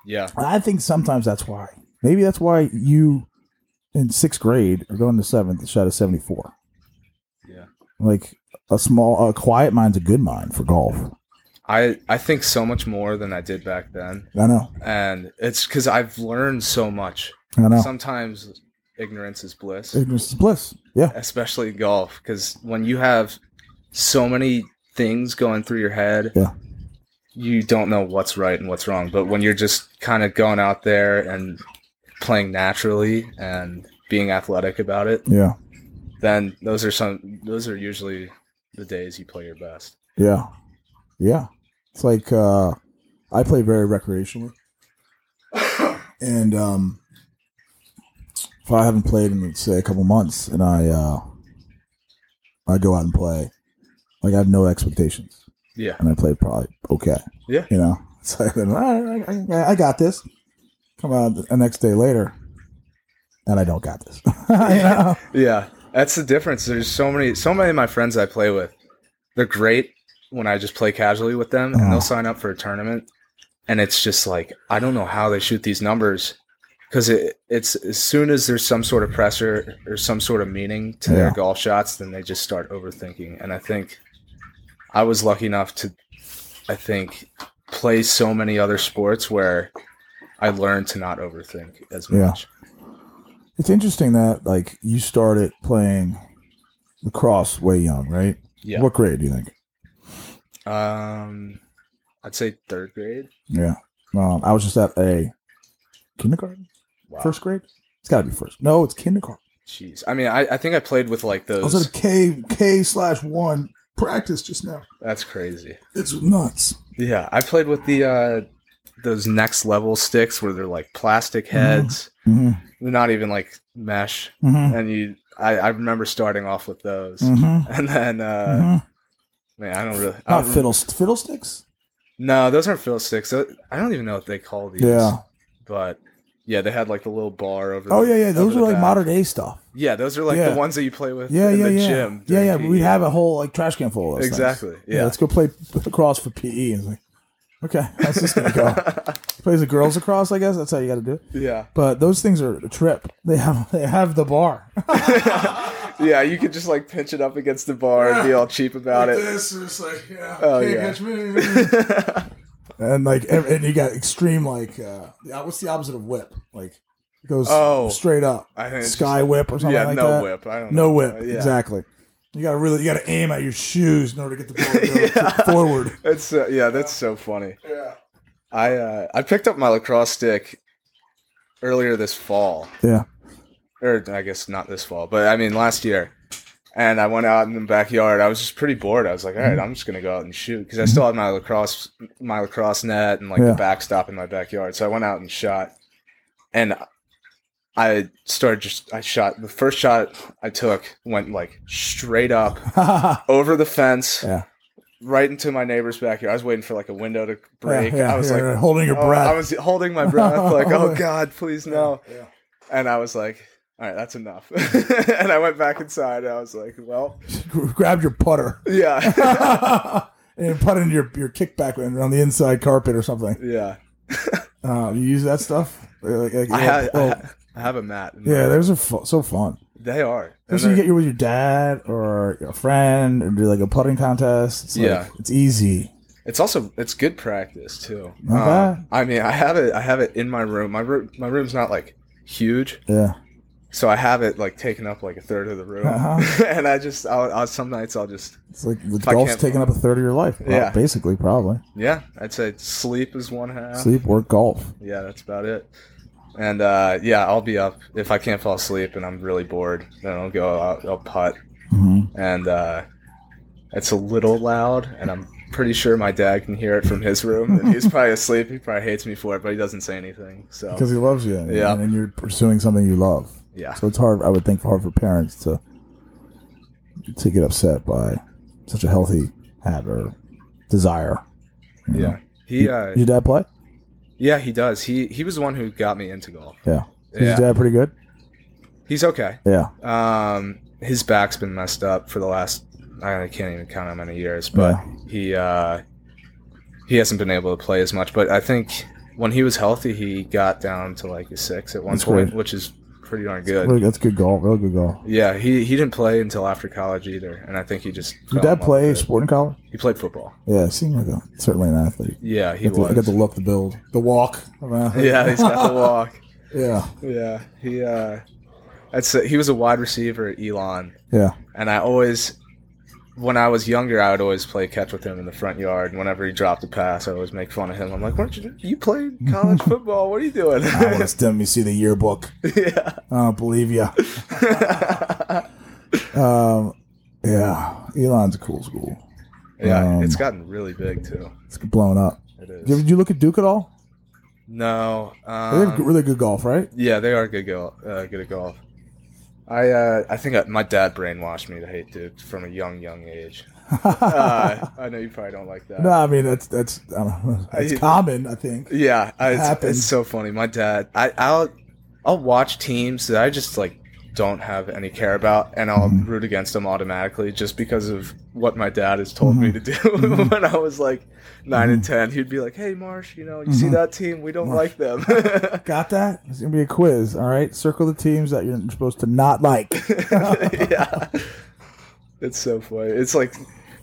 yeah
And I think sometimes that's why. Maybe that's why you, in sixth grade or going to seventh, shot a seventy-four.
Yeah.
Like a small, a quiet mind's a good mind for golf.
i i think so much more than i did back then
I know.
and it's because i've learned so much
I know.
sometimes ignorance is bliss
Ignorance is bliss. Yeah.
especially golf because when you have so many things going through your head
Yeah.
you don't know what's right and what's wrong but when you're just kind of going out there and playing naturally and being athletic about it
Yeah.
then those are some those are usually the days you play your best.
Yeah. Yeah. It's like uh I play very recreationally. And um if I haven't played in say a couple months and I uh I go out and play, like I have no expectations.
Yeah.
And I play probably okay.
Yeah.
You know? It's like all right, I, I, I got this. Come out the next day later and I don't got this. You know?
Yeah. That's the difference. There's so many so many of my friends I play with. They're great when I just play casually with them and
Uh-huh.
they'll sign up for a tournament and it's just like I don't know how they shoot these numbers cuz it it's as soon as there's some sort of pressure or some sort of meaning to their
Yeah.
golf shots then they just start overthinking and I think I was lucky enough to I think play so many other sports where I learned to not overthink as
Yeah.
much.
It's interesting that like you started playing lacrosse way young, right?
Yeah.
What grade do you think?
Um, I'd say third grade.
Yeah. Um, I was just at a kindergarten,
Wow.
first grade. It's got to be first. No, it's kindergarten.
Jeez. I mean, I, I think I played with like
I
those.
was at a K K slash one practice just now.
That's crazy.
It's nuts.
Yeah, I played with the uh those next level sticks where they're like plastic heads.
hmm
They're not even like mesh.
hmm
And you, I, I remember starting off with those.
hmm
And then, uh, um,
hmm
man, I don't really. I
Not
don't,
fiddles, fiddlesticks.
No, those aren't fiddle sticks. Tho- I don't even know what they call these.
Yeah.
But yeah, they had like the little bar over.
Oh
the-
yeah, yeah. Those are
over the
like
back.
modern day stuff.
Yeah, those are like
Yeah.
the ones that you play with
Yeah,
in
yeah,
the
yeah.
gym.
yeah,
during
yeah.
PE.
We'd have a whole like trash can full of those things.
Exactly.
Yeah.
Yeah.
let's go play lacrosse for PE. And it's like, okay, that's just gonna go. Plays the girls across, I guess. That's how you got to do it.
Yeah.
But those things are a trip. They have they have the bar.
Yeah, you could just like pinch it up against the bar and be all cheap about it.
This is like, yeah,
Oh,
can't
yeah.
catch me.
and like ev- and you got extreme like uh yeah, what's the opposite of whip like it goes
Oh.
straight up
I think it's
sky whip or something
yeah,
like
no
that
whip. I don't
no
know.
whip
Uh, Yeah.
exactly you gotta really you gotta aim at your shoes in order to get the ball to go forward
It's uh, yeah, that's so funny.
yeah.
I uh, I picked up my lacrosse stick earlier this fall,
yeah
or I guess not this fall, but I mean last year. And I went out in the backyard. I was just pretty bored. I was like, all right, I'm just gonna go out and shoot because I still had my lacrosse my lacrosse net and like
Yeah.
the backstop in my backyard. So I went out and shot, and I started just I shot the first shot I took went like straight up over the fence,
Yeah.
right into my neighbor's backyard. I was waiting for like a window to break.
Yeah, yeah,
I was
you're
like
holding your
oh,
breath
I was holding my breath, like, oh God, please no.
yeah.
And I was like, all right, that's enough. and I went back inside. And I was like, well,
Gr- grabbed your putter
yeah,
and put it in your your kickback and on the inside carpet or something
yeah.
uh you use that stuff Like- like-
I, ha- I,
oh,
ha- I have a mat. in
yeah
my-
those are fu- so fun
they are. And
Especially you
they're-
get you with your dad or a friend and do like a putting contest. It's like,
Yeah.
it's easy.
it's also it's good practice too. Um,
Not bad.
I mean, I have it. I have it in my room. My room. My room's not like huge,
Yeah,
so I have it like taken up like a third of the room.
Uh-huh.
and I just, I'll, I'll some nights I'll just
it's like the
I
golf's
can't-
taking up a third of your life. Well,
Yeah.
basically, probably
Yeah, I'd say sleep is one half.
sleep, work, golf.
Yeah, that's about it. And uh, yeah, I'll be up if I can't fall asleep and I'm really bored. Then I'll go. I'll, I'll putt,
hmm
and uh, it's a little loud, and I'm pretty sure my dad can hear it from his room. And he's probably asleep. He probably hates me for it, but he doesn't say anything. So
Because he loves you,
Yeah.
and, and you're pursuing something you love.
yeah,
So it's hard. I would think hard for parents to to get upset by such a healthy habit or desire. you know?
yeah. He uh,
Did your dad play?
yeah he does. He he was the one who got me into golf.
Yeah. Is
Yeah.
your dad pretty good?
He's okay.
Yeah.
Um, his back's been messed up for the last I can't even count how many years, but he uh, he hasn't been able to play as much. But I think when he was healthy, he got down to like a six at one
That's
point,
great.
which is pretty darn good.
Really, that's good golf. Real good golf.
Yeah, he he didn't play until after college either, and I think he just
Did your
fell in
dad
love
play
with it.
sport in college?
He played football.
Yeah, seemed like a certainly an athlete.
Yeah, he
Got the,
was.
got the look, the build, the walk. of an athlete.
yeah, he's got the walk.
yeah,
Yeah, he uh, that's he was a wide receiver at Elon,
yeah.
and I always, when I was younger, I would always play catch with him in the front yard. And whenever he dropped a pass, I always make fun of him. I'm like, "Weren't you you played college football? What are you doing?"
I want to stem me see the yearbook.
yeah,
I don't believe you. Um, yeah, Elon's a cool school.
Yeah,
Um,
it's gotten really big too.
It's blown up.
It
Did you,
is.
did you look at Duke at all?
No.
They have
Um,
really good golf, right?
yeah, they are good go uh, good at golf. I uh, I think I, my dad brainwashed me to hate Duke from a young young age. Uh, I know you probably don't like that.
no, I mean that's that's I don't know,
I-
it's common, I think.
Yeah, I, it's,
happened.
it's so funny. My dad, I, I'll I'll watch teams that I just like don't have any care about, and I'll
Mhm.
root against them automatically just because of what my dad has told me to do.
Mhm.
when I was like
Mm-hmm.
9 and ten, he'd be like, "Hey, Marsh, you know, you see
Mhm.
that team? We don't
Marsh.
like them."
Got that? It's gonna be a quiz. All right, circle the teams that you're supposed to not like.
yeah, it's so funny. It's like.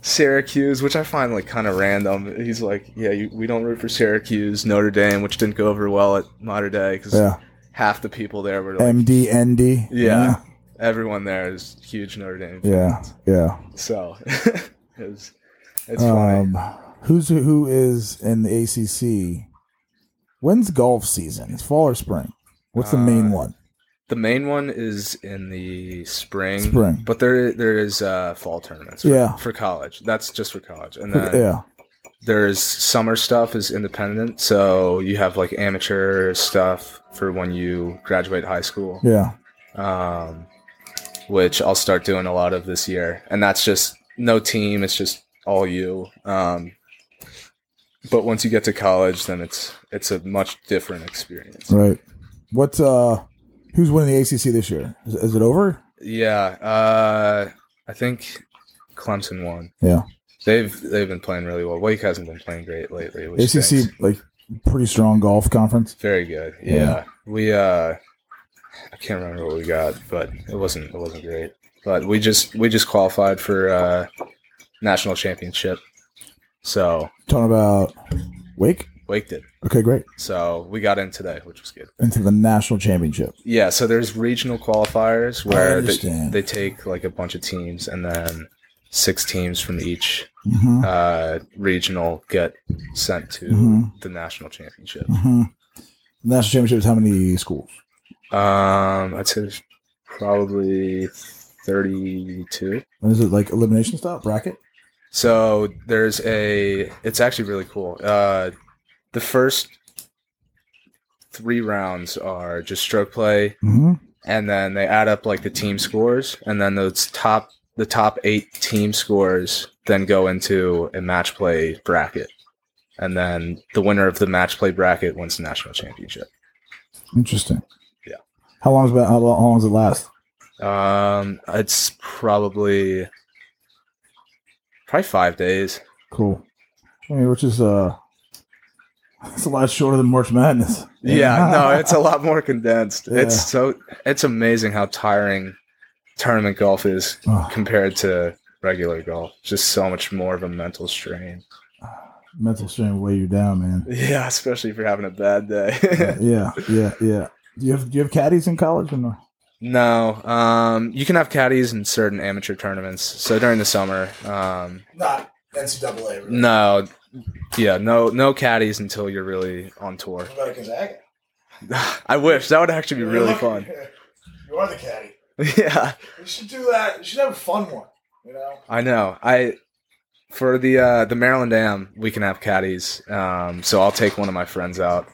Syracuse, which I find like kind of random. He's like, yeah, you, we don't root for Syracuse, Notre Dame, which didn't go over well at Modern Day because
Yeah,
half the people there were like,
MDND.
Yeah. Everyone there is huge Notre Dame.
yeah,
fans.
yeah.
So it was, it's funny.
Um, who's who is in the ACC? When's golf season? It's fall or spring? What's the main
Uh,
one?
The main one is in the spring.
Spring.
But there there is uh, fall tournaments. For,
Yeah.
For college, that's just for college, and then
Yeah,
there's summer stuff is independent. So you have like amateur stuff for when you graduate high school.
yeah.
um, which I'll start doing a lot of this year. And that's just no team; it's just all you. Um, but once you get to college, then it's it's a much different experience.
Right. What's uh? Who's winning the ACC this year? Is, is it over?
Yeah, uh, I think Clemson won.
Yeah.
They've they've been playing really well. Wake hasn't been playing great lately. Which
ACC
stinks.
like pretty strong golf conference.
very good. Yeah.
Yeah.
we uh, I can't remember what we got, but it wasn't it wasn't great. But we just we just qualified for uh, national championship, so
Talking about Wake.
Wake did.
Okay, great.
So we got in today, which was good.
Into the national championship.
Yeah, so there's regional qualifiers where Uh, they,
understand.
they take like a bunch of teams and then six teams from each
hmm
uh, regional get sent to
Mhm.
the national championship.
hmm National championship is how many schools?
Um, I'd say there's probably 32.
And is it like elimination style bracket?
So there's a. It's actually really cool. Uh, the first three rounds are just stroke play,
Mm-hmm.
and then they add up like the team scores, and then those top the top eight team scores then go into a match play bracket, and then the winner of the match play bracket wins the national championship.
Interesting.
Yeah.
How long is that? How long, how long does it last?
Um, it's probably probably five days.
Cool. I mean, which is uh, it's a lot shorter than March Madness.
Yeah, no, it's a lot more condensed.
Yeah.
It's so it's amazing how tiring tournament golf is
Ugh,
compared to regular golf. Just so much more of a mental strain.
mental strain will weigh you down, man.
Yeah, especially if you're having a bad day.
yeah, yeah, yeah. Do you have do you have caddies in college or no?
no, um, you can have caddies in certain amateur tournaments. So during the summer, um,
Not NCAA.
no, yeah, no, no caddies until you're really on tour.
about a Gonzaga?
I wish that would actually be really fun.
You are the caddy.
Yeah.
You should do that. You should have a fun one. You know.
I know. I for the uh, the Maryland Dam, we can have caddies. Um, so I'll take one of my friends out,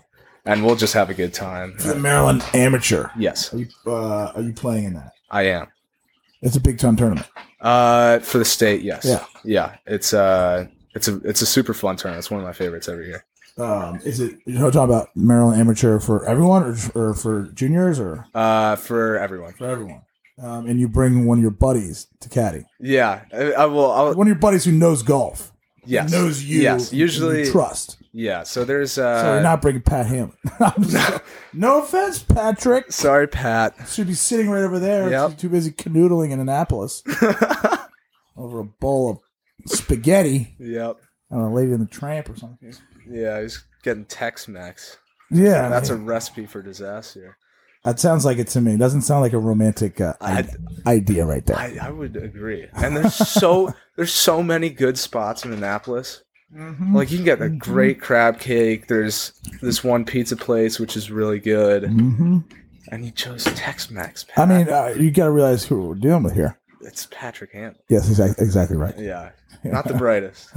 and we'll just have a good time.
the Maryland Amateur.
Yes,
Are you uh, are you playing in that?
I am.
It's a big time tournament.
Uh, for the state, yes.
Yeah.
yeah. It's uh, it's a it's a super fun tournament. It's one of my favorites every year.
Um, is it you're talking about Maryland Amateur for everyone or, or for juniors or
Uh, for everyone.
for everyone? Um, and you bring one of your buddies to caddy,
Yeah, I, I will. I'll,
one of your buddies who knows golf,
yes,
knows you,
Yes,
and you
usually.
trust.
Yeah. So there's
So you're
uh.
not bringing Pat Hamlin. I'm sorry. no offense, Patrick.
sorry, Pat.
Should be sitting right over there.
Yep.
She's too busy canoodling in Annapolis over a bowl of spaghetti
yep.
and a lady in the tramp or something.
Yeah, he's getting Tex-Mex.
Yeah,
That's a recipe for disaster.
That sounds like it to me. doesn't sound like a romantic uh,
I-
ide- idea right there.
I, I would agree. And there's so there's so many good spots in Annapolis.
Mm-hmm.
Like you can get a great crab cake. There's this one pizza place which is really good.
hmm
And you chose Tex Mex.
I mean, uh, you got to realize who we're dealing with here.
it's Patrick Hamlin.
Yes, exactly, exactly right.
Yeah, not the brightest.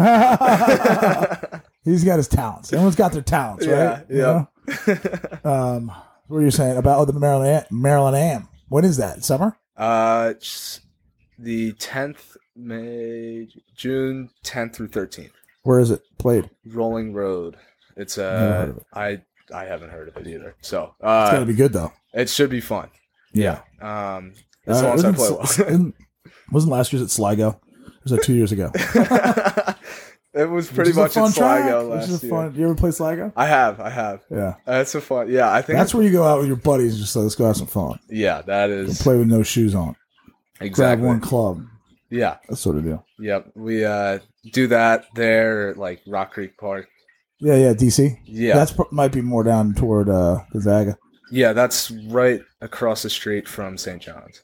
He's got his talents. Everyone's got their talents, right?
Yeah,
You know? Um, what were you saying about oh, the Maryland Maryland Am? When is that? Summer?
uh, s- the tenth May, June tenth through thirteenth.
Where is it played?
Rolling Road. It's
Never heard
uh,
of it.
I I haven't heard of it either. So
It's
uh,
gotta be good though.
it should be fun.
Yeah.
Um,
Uh,
as long as I
isn't
play
Sl- isn't- wasn't last year's at Sligo? It was like two years ago.
well. it was
Which
pretty
is a
much in
fun track,
Sligo
which is
last
a
year.
fun- You ever play Sligo?
I have, I have.
Yeah.
That's a fun. Yeah, I think
That's where you go out with your buddies and just like, let's go have some fun.
Yeah, that is
Play with no shoes on.
exactly.
Grab one club.
Yeah,
That sort of deal.
yep. We uh do that there, at, like Rock Creek Park.
Yeah, yeah, DC.
Yeah,
That's pro- might be more down toward uh, Gonzaga.
yeah. That's right across the street from St. John's.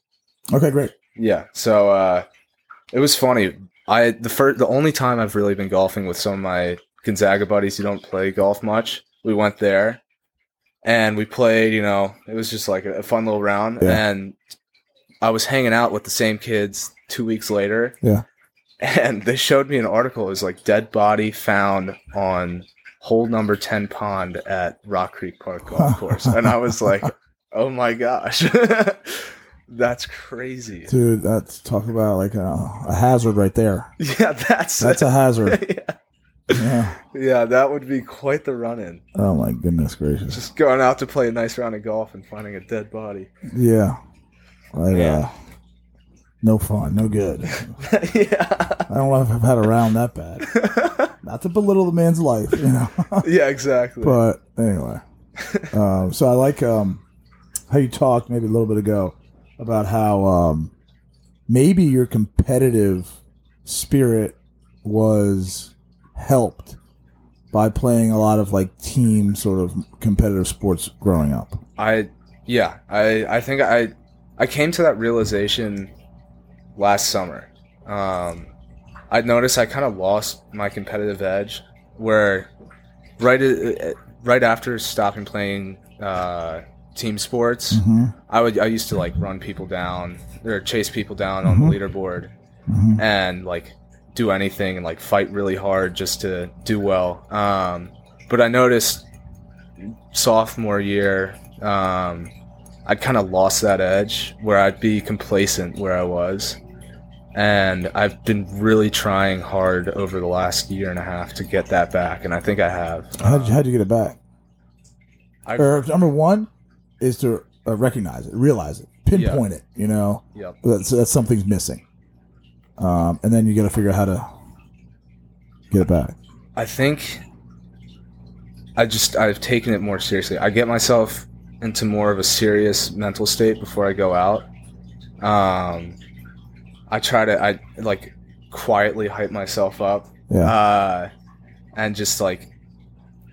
Okay, great.
Yeah. So uh, it was funny. I the first, the only time I've really been golfing with some of my Gonzaga buddies who don't play golf much. We went there, and we played. You know, it was just like a, a fun little round.
Yeah.
And I was hanging out with the same kids two weeks later.
Yeah.
And they showed me an article. It was like dead body found on hole number ten pond at Rock Creek Park Golf Course, and I was like, oh my gosh. That's crazy.
Dude, that's talk about like uh, a, a hazard right there.
Yeah, that's
That's a hazard. Yeah.
yeah, that would be quite the run in.
Oh my goodness gracious.
Just going out to play a nice round of golf and finding a dead body.
Yeah. Like,
Yeah.
Uh, no fun, no good.
yeah.
I don't know if I've had a round that bad. Not to belittle the man's life, you know.
Yeah, exactly.
but anyway, um, so I like um, how you talked maybe a little bit ago about how um, maybe your competitive spirit was helped by playing a lot of like team sort of competitive sports growing up.
I yeah, I I think I I came to that realization last summer. Um I noticed I kind of lost my competitive edge where right a- right after stopping playing uh team sports
Mm-hmm.
I would I used to like run people down or chase people down on
Mhm.
the leaderboard
Mhm.
and like do anything and like fight really hard just to do well. Um, but I noticed sophomore year um, I kind of lost that edge where I'd be complacent where I was. And I've been really trying hard over the last year and a half to get that back, and I think I have.
How did you, how'd you get it back?
I-
Or, number one is to uh, recognize it, realize it, pinpoint it. You know,
Yep.
that's, that's something's missing, um, and then you got to figure out how to get it back.
I think I just I've taken it more seriously. I get myself into more of a serious mental state before I go out. Um, I try to I like quietly hype myself up,
Yeah,
uh, and just like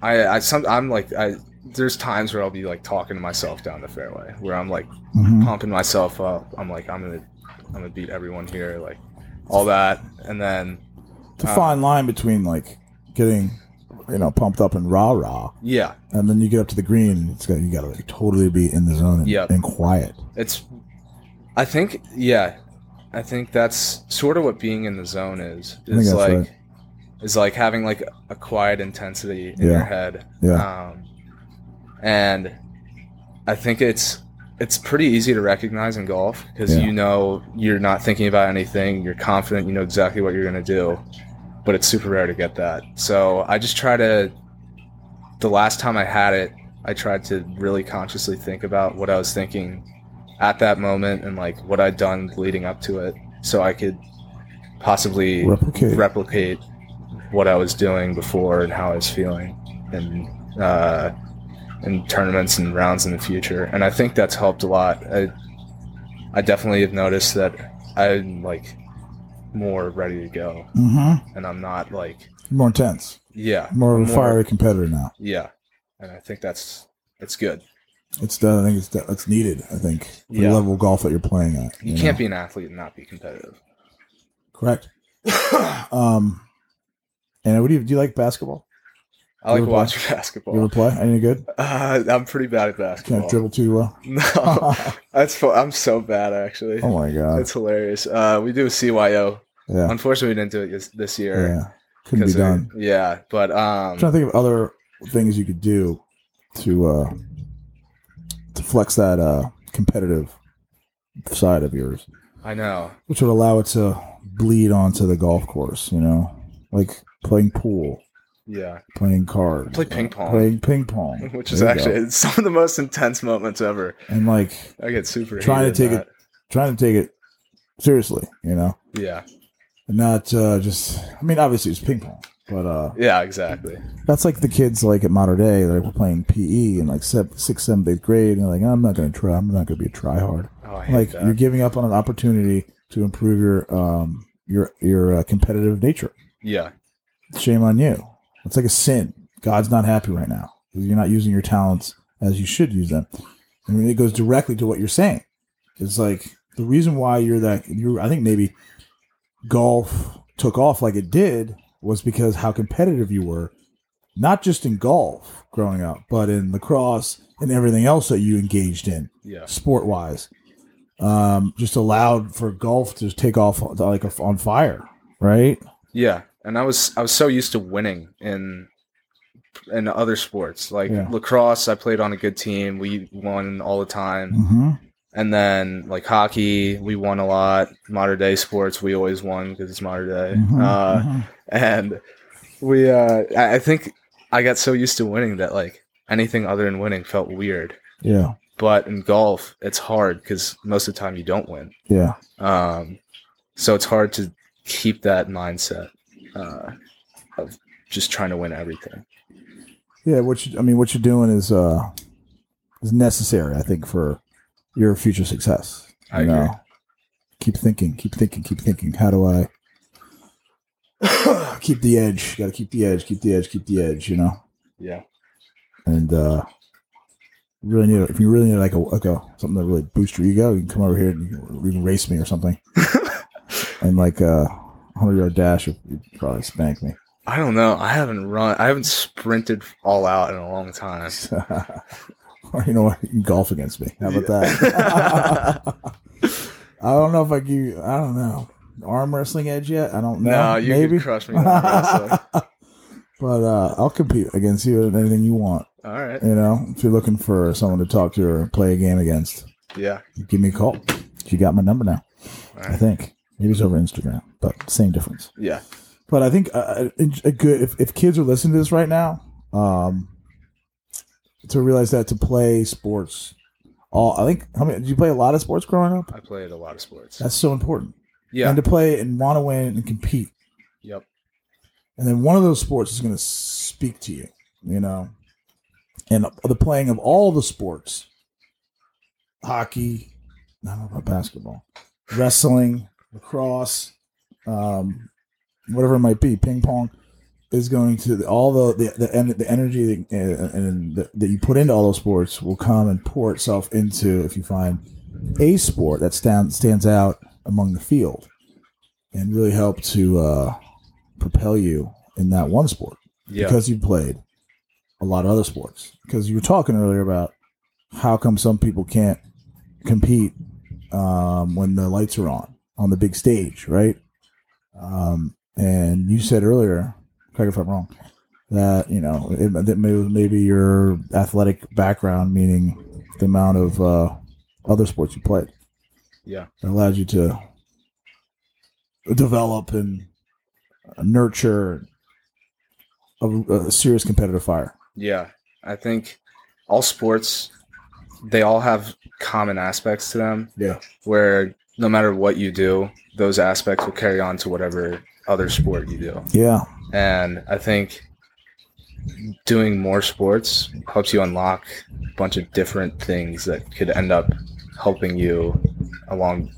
I I some I'm like I there's times where I'll be like talking to myself down the fairway where I'm like
Mhm.
pumping myself up. I'm like I'm gonna I'm gonna beat everyone here like all that and then
it's a fine line between like getting you know pumped up and rah rah,
yeah
and then you get up to the green. And it's got you got to like totally be in the zone and,
Yep.
and quiet.
it's i think yeah i think that's sort of what being in the zone is
think
is
that's
like
right.
is like having like a quiet intensity in
Yeah.
your head
Yeah,
um, and i think it's it's pretty easy to recognize in golf because
Yeah.
you know you're not thinking about anything you're confident you know exactly what you're going to do but it's super rare to get that so i just try to the last time i had it i tried to really consciously think about what i was thinking at that moment and like what i'd done leading up to it so i could possibly
replicate.
replicate what I was doing before and how I was feeling and uh, in tournaments and rounds in the future. And I think that's helped a lot. I, I definitely have noticed that I'm like more ready to go
mm-hmm.
and I'm not like,
More intense,
yeah,
more of a fiery competitor now.
yeah. And I think that's, it's good.
It's de- I think it's de- it's needed. I think for the
Yeah.
level of golf that you're playing at.
You
know?
can't be an athlete and not be competitive.
correct. um, and what do you do? You like basketball?
I like
Dribble.
watching
You ever
basketball.
play? Any good?
Uh, I'm pretty bad at
Can't
basketball.
dribble too well.
No,
oh
that's fu- I'm so bad actually.
my god.
It's hilarious. Uh, we do a CYO.
Yeah.
Unfortunately, we didn't do it this, this year.
Yeah. Couldn't be
'cause of-
done.
yeah, but um,
I'm trying to think of other things you could do to uh to flex that uh competitive side of yours,
I know.
which would allow it to bleed onto the golf course. You know, like playing pool,
Yeah,
playing cards,
Play ping pong.
playing ping pong,
which is
There you go.
actually it's some of the most intense moments ever.
and like
I get super
Trying to
heated
take
at
trying to take it seriously. You know,
that. Yeah,
and not uh, just. I mean, obviously it's ping pong, but uh
yeah, exactly.
That's like the kids like at modern day, like we're playing PE in like seventh, sixth, seventh, eighth grade, and they're like, I'm not gonna try, I'm not gonna be a tryhard.
Oh, I hate
Like
that.
you're giving up on an opportunity to improve your um your your uh, competitive nature.
Yeah,
Shame on you. It's like a sin. God's not happy right now. You're not using your talents as you should use them. I mean, it goes directly to what you're saying. It's like the reason why you're that. You, I think maybe golf took off like it did was because how competitive you were, not just in golf growing up, but in lacrosse and everything else that you engaged in
yeah,
sport wise, um, just allowed for golf to take off like on fire, right?
yeah. And I was I was so used to winning in in other sports like
Yeah.
lacrosse. I played on a good team. We won all the time.
Mm-hmm.
And then like hockey, we won a lot. Modern day sports, we always won because it's modern day.
Mhm,
Uh,
mhm.
and we uh I I think I got so used to winning that like anything other than winning felt weird.
Yeah,
But in golf, it's hard because most of the time you don't win.
yeah,
Um, so it's hard to keep that mindset uh, of just trying to win everything.
yeah. What you, I mean, what you're doing is uh is necessary, I think, for your future success.
I
You
agree.
Keep thinking, keep thinking, keep thinking. How do I keep the edge? Got to keep the edge, keep the edge, keep the edge. You know,
Yeah.
and uh you really need if you really need like a like a something that really boosts your ego, you can come over here and you can, you can race me or something, and like uh, a hundred yard dash, you probably spank me.
I don't know. I haven't run. I haven't sprinted all out in a long time.
or you know what, you can golf against me. How about that? I don't know if I give you, I don't know. Arm wrestling edge yet? I don't know.
No, you
Maybe.
could crush me. in that wrestling.
but uh, I'll compete against you in anything you want.
all right.
You know, if you're looking for someone to talk to or play a game against,
Yeah.
give me a call. You got my number now,
All
I
right.
think. Maybe it's over Instagram, but same difference.
Yeah.
But I think uh, a good if, if kids are listening to this right now, um, to realize that to play sports, all I think how many did you play a lot of sports growing up?
I played a lot of sports.
That's so important.
Yeah.
And to play and want to win and compete,
Yep.
and then one of those sports is going to speak to you, you know, and the playing of all the sports, hockey, I don't know about basketball, wrestling, lacrosse, um, whatever it might be, ping pong is going to all the the the, en- the energy that, and, and the, that you put into all those sports will come and pour itself into if you find a sport that stands stands out among the field and really help to uh, propel you in that one sport
Yeah.
because you played a lot of other sports. Because you were talking earlier about how come some people can't compete um, when the lights are on on the big stage, right? Um, and you said earlier, correct if I'm wrong, that you know it, that maybe, maybe your athletic background, meaning the amount of uh, other sports you played,
Yeah.
that allowed you to develop and nurture a, a serious competitive fire.
Yeah, I think all sports they all have common aspects to them.
Yeah.
Where no matter what you do, those aspects will carry on to whatever other sport you do.
Yeah,
And I think doing more sports helps you unlock a bunch of different things that could end up helping you along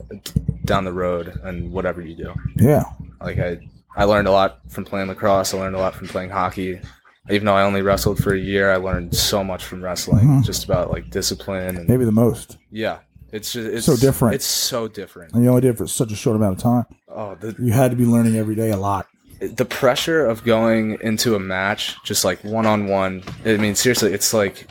down the road and whatever you do
yeah,
like I I learned a lot from playing lacrosse. I learned a lot from playing hockey. Even though I only wrestled for a year, I learned so much from wrestling,
Mhm.
just about like discipline and
maybe the most.
yeah. It's just it's
So different.
It's so different.
And you only did it for such a short amount of time.
Oh, the,
You had to be learning every day a lot.
the pressure of going into a match just like one on one. I mean, seriously, it's like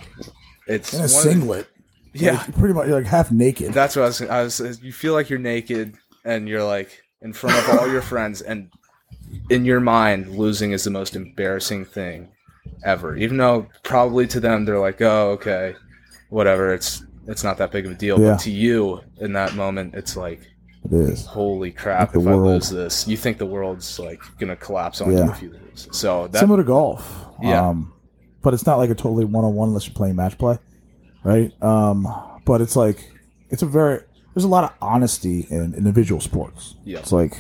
it's
In a
one of the-
singlet.
yeah,
Like, pretty much you're like half naked.
that's what I was, I was. You feel like you're naked and you're like in front of all your friends, and in your mind, losing is the most embarrassing thing ever. Even though probably to them they're like, "Oh, okay, whatever. It's it's not that big of a deal."
Yeah.
But to you, in that moment, it's like,
it is.
"Holy crap!
The
if I
world.
lose this, you think the world's like gonna collapse on you
Yeah.
if you lose." So that
Similar to golf.
Yeah.
Um, but it's not like a totally one on one unless you're playing match play, right? Um, but it's like it's a very there's a lot of honesty in individual sports.
Yeah.
It's like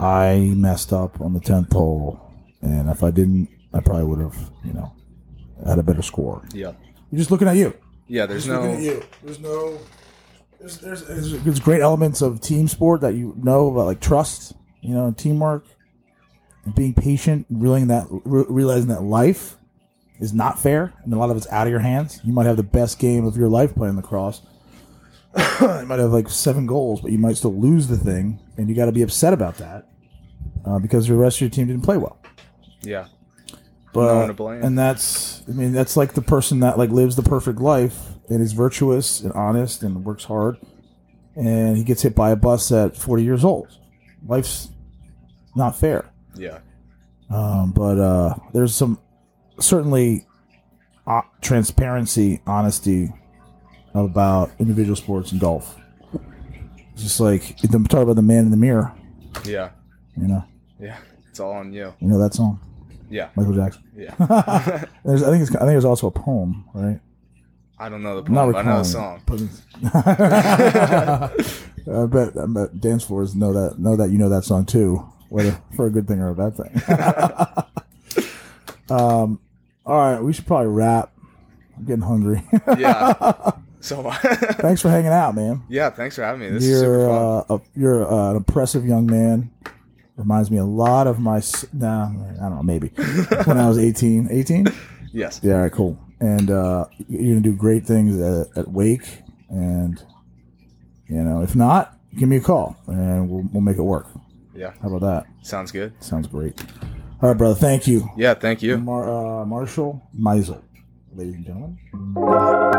I messed up on the tenth hole, and if I didn't, I probably would have you know had a better score.
yeah
You're just looking at you.
yeah. There's
Just looking at
no
you. There's no. There's, there's,
There's,
there's,
there's great elements of team sport that you know about, like trust, you know, teamwork, and being patient, realizing that re- realizing that life is not fair, and a lot of it's out of your hands. You might have the best game of your life playing lacrosse. you might have like seven goals, but you might still lose the thing, and you got to be upset about that uh, because the rest of your team didn't play well.
yeah
But
No one to blame.
and that's I mean that's like the person that like lives the perfect life and is virtuous and honest and works hard, and he gets hit by a bus at forty years old. Life's not fair.
yeah
Um, but uh, there's some certainly uh, transparency, honesty about individual sports and golf. It's Just like I'm talking about the man in the mirror,
yeah
you know,
yeah. It's all on you.
you know that song,
Yeah
Michael Jackson.
yeah.
There's, I think it's, I think there's also a poem, right?
I don't know the
I'm not
poem. but I know the
recalling
song.
it, but- I bet, I bet dance floors know that know that you know that song too, whether for a good thing or a bad thing. um, all right, we should probably wrap. I'm getting hungry.
yeah. So,
Thanks for hanging out, man.
yeah, thanks for having me. This is super
you're
fun.
uh, a, you're uh, an impressive young man. Reminds me a lot of my s- nah, I don't know, maybe when I was 18, 18.
Yes.
Yeah, all right, cool. And uh, you're gonna do great things at, at Wake, and you know, if not, give me a call, and we'll, we'll make it work.
Yeah.
How about
Sounds good.
that? Sounds great. All right, brother. Thank you,
Yeah. Thank you.
Mar- uh, Marshall Meisel, ladies and gentlemen.